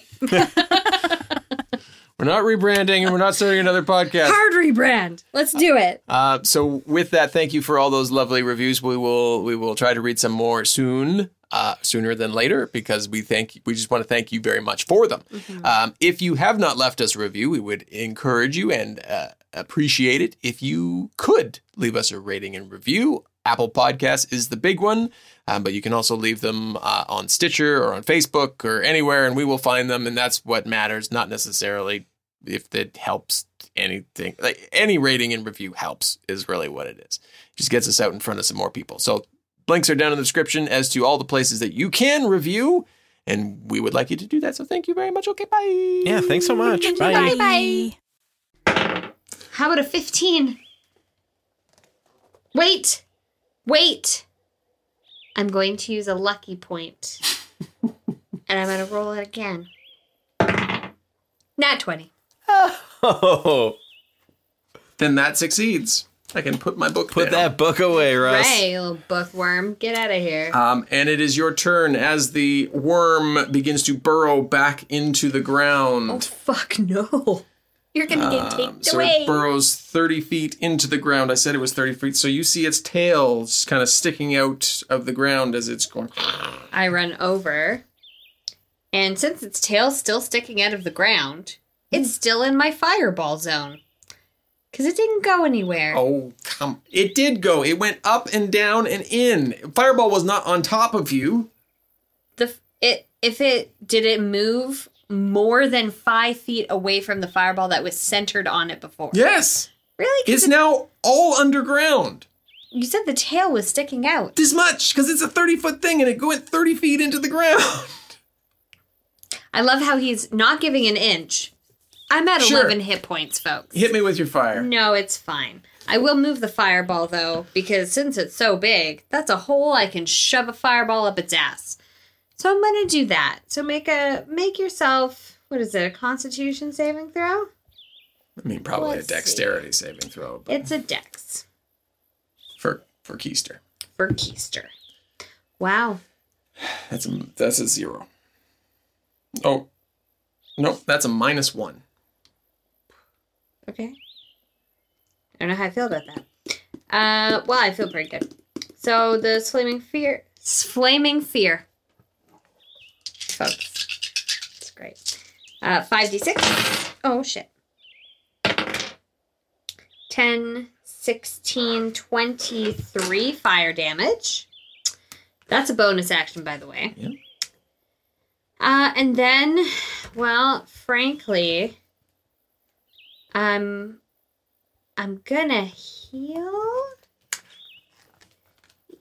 Speaker 3: We're not rebranding and we're not starting another podcast.
Speaker 5: hard rebrand. Let's do it."
Speaker 3: Uh, so with that, thank you for all those lovely reviews. We will we will try to read some more soon, uh, sooner than later, because we thank we just want to thank you very much for them. Um, if you have not left us a review, we would encourage you and uh, appreciate it if you could leave us a rating and review. Apple Podcasts is the big one, um, but you can also leave them uh, on Stitcher or on Facebook or anywhere, and we will find them. And that's what matters, not necessarily if it helps anything like any rating and review helps is really what it is just gets us out in front of some more people so links are down in the description as to all the places that you can review and we would like you to do that so thank you very much okay bye
Speaker 2: Yeah, thanks so much. Bye.
Speaker 5: Bye bye. How about a fifteen? Wait, wait. I'm going to use a lucky point, and I'm going to roll it again. Not twenty.
Speaker 2: Oh,
Speaker 3: then that succeeds i can put my book
Speaker 2: put
Speaker 3: down.
Speaker 2: that book away, Russ.
Speaker 5: Ray, little bookworm, get out of here.
Speaker 3: um, and it is your turn as the worm begins to burrow back into the ground
Speaker 5: Fuck no. You're gonna get taken
Speaker 3: Um, so
Speaker 5: away.
Speaker 3: it burrows 30 feet into the ground. I said it was 30 feet. So you see its tail just kind of sticking out of the ground as it's going.
Speaker 5: I run over, and since
Speaker 3: Hmm.
Speaker 5: its tail's still sticking out of the ground, it's still in my fireball zone. Because it didn't go anywhere.
Speaker 3: Oh, come. It did go. It went up and down and in. Fireball was not on top of you.
Speaker 5: The f- it if it did it move more than five feet away from the fireball that was centered on it before.
Speaker 3: Yes.
Speaker 5: Really? 'Cause
Speaker 3: It's now all underground.
Speaker 5: you said the tail was sticking out.
Speaker 3: This much, because it's a 30 foot thing and it went 30 feet into the ground.
Speaker 5: I love how he's not giving an inch. I'm at
Speaker 3: Sure.
Speaker 5: 11 hit points, folks.
Speaker 3: Hit me with your fire.
Speaker 5: No, it's fine. I will move the fireball though, because since it's so big, that's a hole I can shove a fireball up its ass. So I'm gonna do that. So make a make yourself what is it, a constitution saving throw?
Speaker 3: I mean, probably
Speaker 5: Let's
Speaker 3: a dexterity saving throw, but
Speaker 5: It's a dex
Speaker 3: for, for Keister.
Speaker 5: for Keister. Wow.
Speaker 3: That's a, that's a zero. Oh, no, that's a minus one.
Speaker 5: Okay. I don't know how I feel about that. Uh well I feel pretty good. So the flaming fear flaming fear. Folks. It's great. Uh, 5d6. Oh, shit. 10, 16, 23 fire damage. That's a bonus action, by the way.
Speaker 3: Yeah.
Speaker 5: Uh, and then, well, frankly, um, I'm gonna heal.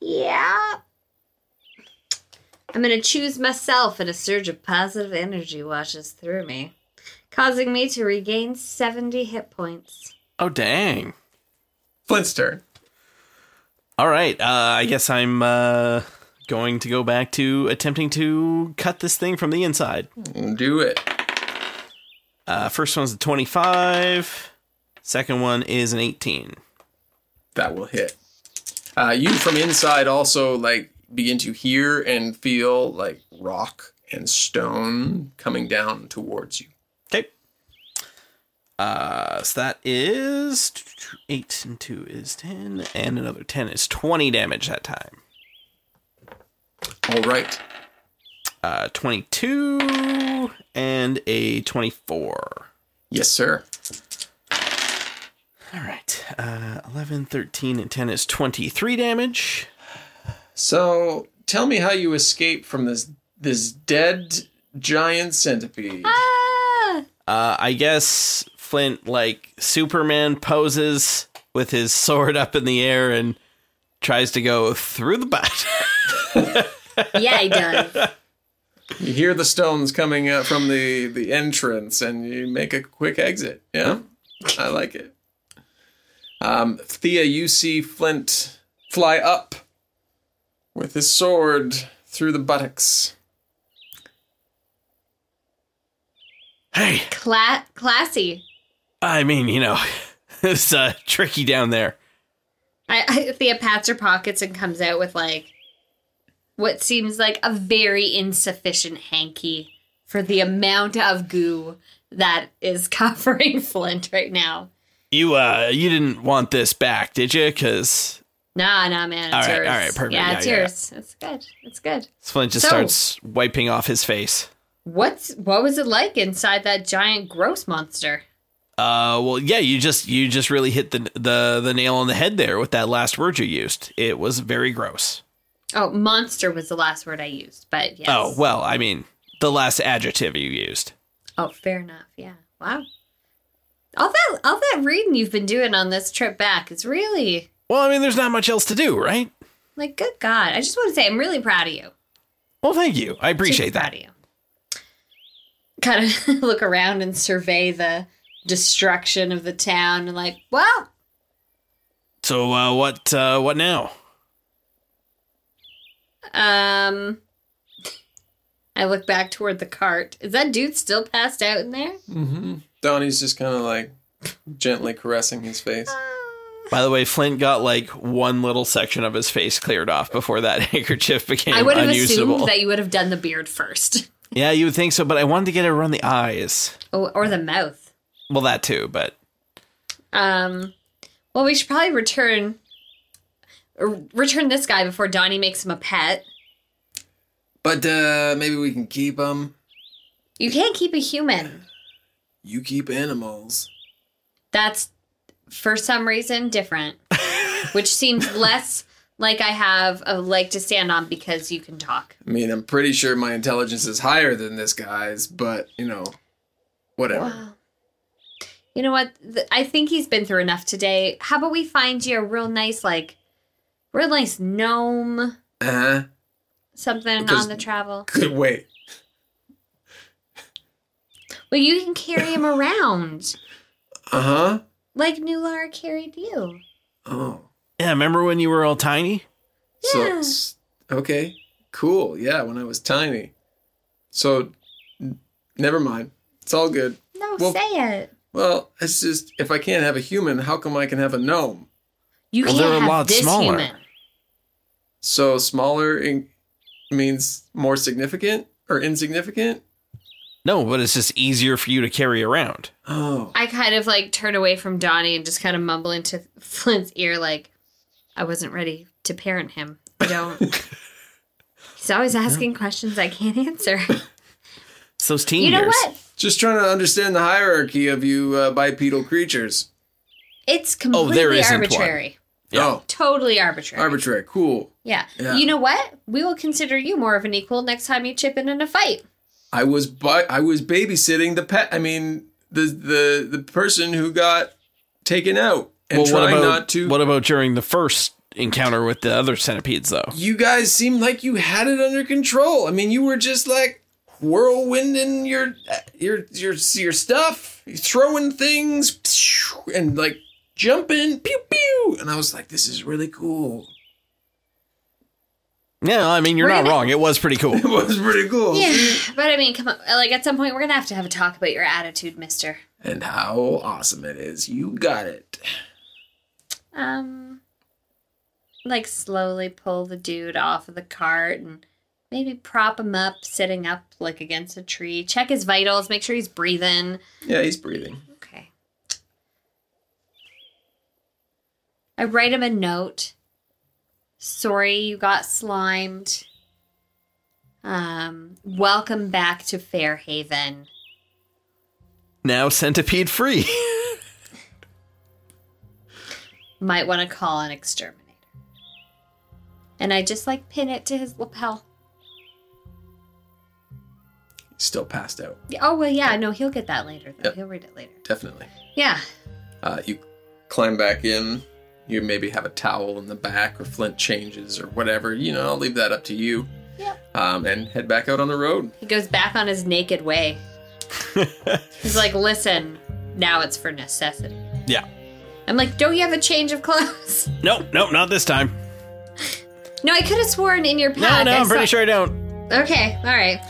Speaker 5: Yeah. I'm going to choose myself, and a surge of positive energy washes through me, causing me to regain 70 hit points.
Speaker 2: Oh, dang.
Speaker 3: Flint's turn.
Speaker 2: All right. Uh, I guess I'm uh, going to go back to attempting to cut this thing from the inside.
Speaker 3: Do it.
Speaker 2: Uh, first one's a 25. Second one is an 18.
Speaker 3: that will hit. Uh, you from inside also like begin to hear and feel like rock and stone coming down towards you.
Speaker 2: Okay. Uh, so that is 8 and 2 is 10, and another 10 is 20 damage that time.
Speaker 3: All right,
Speaker 2: Uh, 22 and a 24.
Speaker 3: yes, sir.
Speaker 2: All right. Uh, 11, 13, and 10 is 23 damage.
Speaker 3: So tell me how you escape from this this dead giant centipede.
Speaker 5: Ah!
Speaker 2: Uh, I guess Flint, like Superman, poses with his sword up in the air and tries to go through the butt.
Speaker 5: Yeah, I done.
Speaker 3: You hear the stones coming out from the the entrance, and you make a quick exit. Yeah, I like it. Um, Thea, you see Flint fly up with his sword through the buttocks.
Speaker 2: hey,
Speaker 5: Cla- classy.
Speaker 2: I mean, you know, it's uh, tricky down there.
Speaker 5: I, I, Thea pats her pockets and comes out with, like, what seems like a very insufficient hanky for the amount of goo that is covering Flint right now.
Speaker 2: You uh, you didn't want this back, did you? Because
Speaker 5: Nah, nah, man. It's
Speaker 2: All right,
Speaker 5: yours.
Speaker 2: all right, perfect.
Speaker 5: Yeah,
Speaker 2: Yeah,
Speaker 5: it's
Speaker 2: yeah, yeah.
Speaker 5: yours. It's good. It's good.
Speaker 2: Flint just
Speaker 5: So-
Speaker 2: starts wiping off his face.
Speaker 5: What's what was it like inside that giant gross monster?
Speaker 2: Uh, well, yeah, you just you just really hit the the the nail on the head there with that last word you used. It was very gross.
Speaker 5: Oh, monster was the last word I used, but yes.
Speaker 2: Oh well, I mean, the last adjective you used.
Speaker 5: Oh, fair enough. Yeah. Wow. All that all that reading you've been doing on this trip back is really
Speaker 2: Well, I mean, there's not much else to do, right?
Speaker 5: like good God. I just want to say I'm really proud of you.
Speaker 2: Well, thank you. I appreciate
Speaker 5: Super
Speaker 2: that.
Speaker 5: Proud of you. Kind of look around and survey the destruction of the town and like, well,
Speaker 2: So, uh, what uh, what now?
Speaker 5: Um, I look back toward the cart. Is that dude still passed out in there?
Speaker 3: Mm-hmm. Donnie's just kind of like gently caressing his face.
Speaker 2: By the way, Flint got like one little section of his face cleared off before that handkerchief became
Speaker 5: I would have
Speaker 2: unusable.
Speaker 5: assumed that you would have done the beard first,
Speaker 2: yeah, you would think so, but I wanted to get it around the eyes.
Speaker 5: or, or the mouth.
Speaker 2: Well, that too, but
Speaker 5: Um, well, we should probably return r- return this guy before Donnie makes him a pet.
Speaker 3: But uh, maybe we can keep them.
Speaker 5: You can't keep a human.
Speaker 3: You keep animals.
Speaker 5: That's for some reason different, which seems less like I have a leg to stand on because you can talk.
Speaker 3: I mean, I'm pretty sure my intelligence is higher than this guy's, but you know, whatever.
Speaker 5: Wow. You know what? Th- I think he's been through enough today. How about we find you a real nice, like, real nice gnome,
Speaker 3: Uh huh.
Speaker 5: something
Speaker 3: Because-
Speaker 5: on the travel?
Speaker 3: Good wait.
Speaker 5: Well, you can carry him around
Speaker 3: Uh huh.
Speaker 5: like Nular carried you.
Speaker 3: Oh.
Speaker 2: Yeah, remember when you were all tiny?
Speaker 3: So
Speaker 5: Yeah.
Speaker 3: s- okay, cool. Yeah, when I was tiny. So n- never mind. It's all good.
Speaker 5: No,
Speaker 3: Well-
Speaker 5: say it.
Speaker 3: Well, it's just if I can't have a human, how come I can have a gnome?
Speaker 5: You
Speaker 2: Well,
Speaker 5: can't
Speaker 2: they're a
Speaker 5: have
Speaker 2: lot
Speaker 5: this
Speaker 2: smaller.
Speaker 5: human.
Speaker 3: So smaller in- means more significant or insignificant?
Speaker 2: No, but it's just easier for you to carry around.
Speaker 3: Oh.
Speaker 5: I kind of like turn away from Donnie and just kind of mumble into Flint's ear, like, I wasn't ready to parent him. I don't. He's always asking questions I can't answer.
Speaker 2: It's those teen
Speaker 5: you know
Speaker 2: years.
Speaker 5: what?
Speaker 3: Just trying to understand the hierarchy of you uh, bipedal creatures.
Speaker 5: It's
Speaker 2: Oh,
Speaker 5: completely
Speaker 2: there isn't one.
Speaker 5: arbitrary.
Speaker 3: Yeah.
Speaker 5: Totally arbitrary.
Speaker 3: Oh, arbitrary. Cool.
Speaker 5: yeah.
Speaker 3: Yeah.
Speaker 5: You know what? We will consider you more of an equal next time you chip in in a fight.
Speaker 3: I was bi- I was babysitting the pet. I mean the the the person who got taken out and
Speaker 2: well, what
Speaker 3: trying
Speaker 2: about
Speaker 3: not to.
Speaker 2: what about during the first encounter with the other centipedes though?
Speaker 3: you guys seemed like you had it under control. I mean, you were just like whirlwinding your your your your stuff, throwing things, and like jumping, pew pew. And I was like, this is really cool.
Speaker 2: Yeah, I mean you're
Speaker 5: We're
Speaker 2: not
Speaker 5: gonna-
Speaker 2: wrong. It was pretty cool.
Speaker 3: It was pretty cool.
Speaker 5: Yeah. But I mean, come on. Like, at some point, we're going to have to have a talk about your attitude, mister.
Speaker 3: And how awesome it is! You got it.
Speaker 5: Um, like slowly pull the dude off of the cart and maybe prop him up, sitting up like against a tree. Check his vitals, make sure he's breathing.
Speaker 3: Yeah, he's breathing.
Speaker 5: Okay. I write him a note. Sorry you got slimed. Um, welcome back to Fairhaven.
Speaker 2: Now centipede free.
Speaker 5: Might want to call an exterminator. And I just like pin it to his lapel.
Speaker 3: Still passed out.
Speaker 5: Yeah, Oh well, yeah. No, he'll get that later. Though
Speaker 3: Yep.
Speaker 5: he'll read it later.
Speaker 3: Definitely.
Speaker 5: Yeah.
Speaker 3: Uh, you climb back in. You maybe have a towel in the back, or Flint changes, or whatever. You know, I'll leave that up to you.
Speaker 5: Yep.
Speaker 3: Um, and head back out on the road.
Speaker 5: He goes back on his naked way. He's like, "Listen, now it's for necessity."
Speaker 2: yeah.
Speaker 5: I'm like, "Don't you have a change of clothes?"
Speaker 2: Nope, nope, not this time.
Speaker 5: no, I could have sworn in your
Speaker 2: No,
Speaker 5: pack.
Speaker 2: no,
Speaker 5: I
Speaker 2: I'm pretty
Speaker 5: saw-
Speaker 2: sure I don't.
Speaker 5: Okay, all right.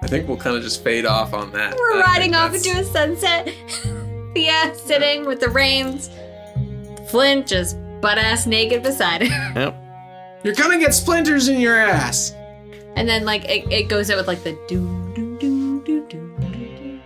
Speaker 3: I think we'll kind of just fade off on that. I
Speaker 5: We're
Speaker 3: think
Speaker 5: riding off
Speaker 3: that's-
Speaker 5: into a sunset. Thea sitting with the reins. Flint just butt ass naked beside her.
Speaker 2: Yep.
Speaker 3: You're gonna get splinters in your ass.
Speaker 5: And then like it, it goes out with like the doom doom doom doom doom.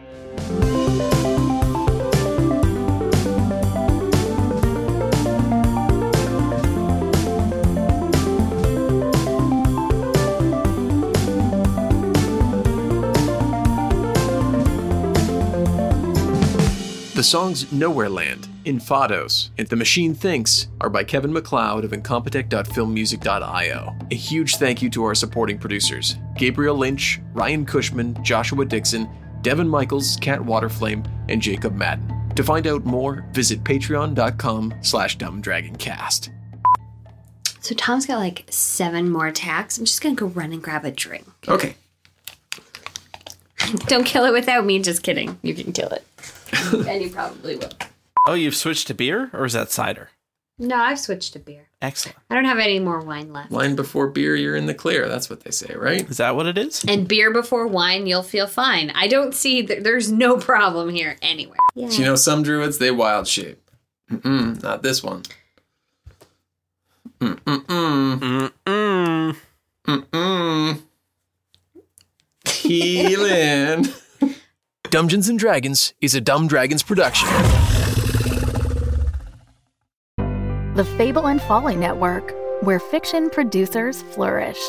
Speaker 3: The songs Nowhere Land, In Fados, and The Machine Thinks are by Kevin McLeod of Incompetech.filmmusic.io. A huge thank you to our supporting producers Gabriel Lynch, Ryan Cushman, Joshua Dixon, Devin Michaels, Cat Waterflame, and Jacob Madden. To find out more, visit patreon.com slash dumbdragoncast.
Speaker 5: So Tom's got like seven more attacks. I'm just gonna go run and grab a drink.
Speaker 3: Okay.
Speaker 5: Don't kill it without me. Just kidding. You can kill it. and you probably will.
Speaker 2: Oh, you've switched to beer or is that cider?
Speaker 5: No, I've switched to beer.
Speaker 2: Excellent.
Speaker 5: I don't have any more wine left.
Speaker 3: Wine before beer, you're in the clear. That's what they say, right?
Speaker 2: Is that what it is?
Speaker 5: And beer before wine, you'll feel fine. I don't see that there's no problem here anywhere. Yeah.
Speaker 3: You know, some druids, they wild shape. Mm-mm, not this one. Mm-mm-mm.
Speaker 2: Mm-mm.
Speaker 3: Mm-mm. Keelan. Dungeons and Dragons is a Dumb Dragons production.
Speaker 1: The Fable and Folly Network, where fiction producers flourish.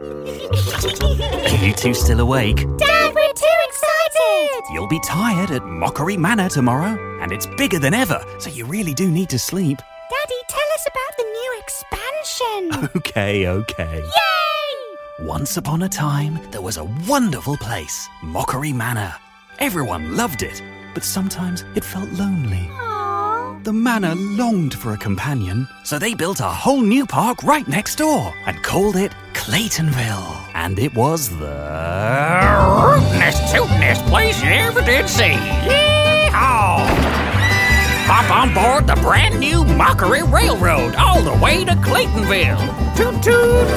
Speaker 7: Are you two still awake?
Speaker 8: Dad, we're too excited!
Speaker 7: You'll be tired at Mockery Manor tomorrow, and it's bigger than ever, so you really do need to sleep.
Speaker 8: Daddy, tell us about the new expansion.
Speaker 7: Okay, okay.
Speaker 8: Yay!
Speaker 7: Once upon a time, there was a wonderful place, Mockery Manor. Everyone loved it, but sometimes it felt lonely.
Speaker 8: Aww.
Speaker 7: The manor longed for a companion, so they built a whole new park right next door and called it Claytonville. And it was the rootinest, tootinest place you ever did see. Yeehaw! Hop on board the brand new Mockery Railroad all the way to Claytonville. Toot toot!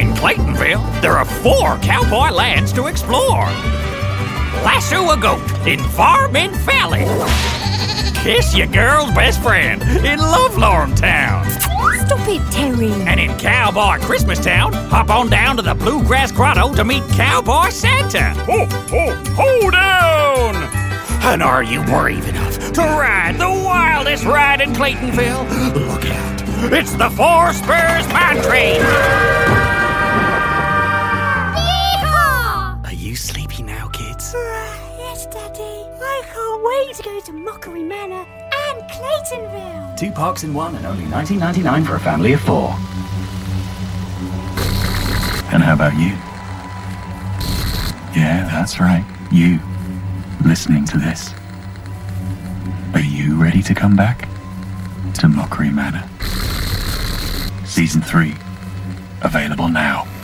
Speaker 7: In Claytonville, there are four cowboy lands to explore. Lasso a goat in Farmin Valley. Kiss your girl's best friend in Lovelorn Town.
Speaker 8: Stop it, Terry.
Speaker 7: And in Cowboy Christmas Town, hop on down to the Bluegrass Grotto to meet Cowboy Santa. Ho, ho, ho down! And are you brave enough to ride the wildest ride in Claytonville? Look out. It's the Four Spurs Mine Train.
Speaker 8: Yeehaw!
Speaker 7: Are you sleepy now, kids?
Speaker 8: yes, Daddy. I can't wait to go to Mockery Manor and Claytonville.
Speaker 7: Two parks in one and only 1999 for a family of four.
Speaker 9: And how about you? Yeah, that's right. You. Listening to this. Are you ready to come back? To Mockery Manor. Season 3. Available now.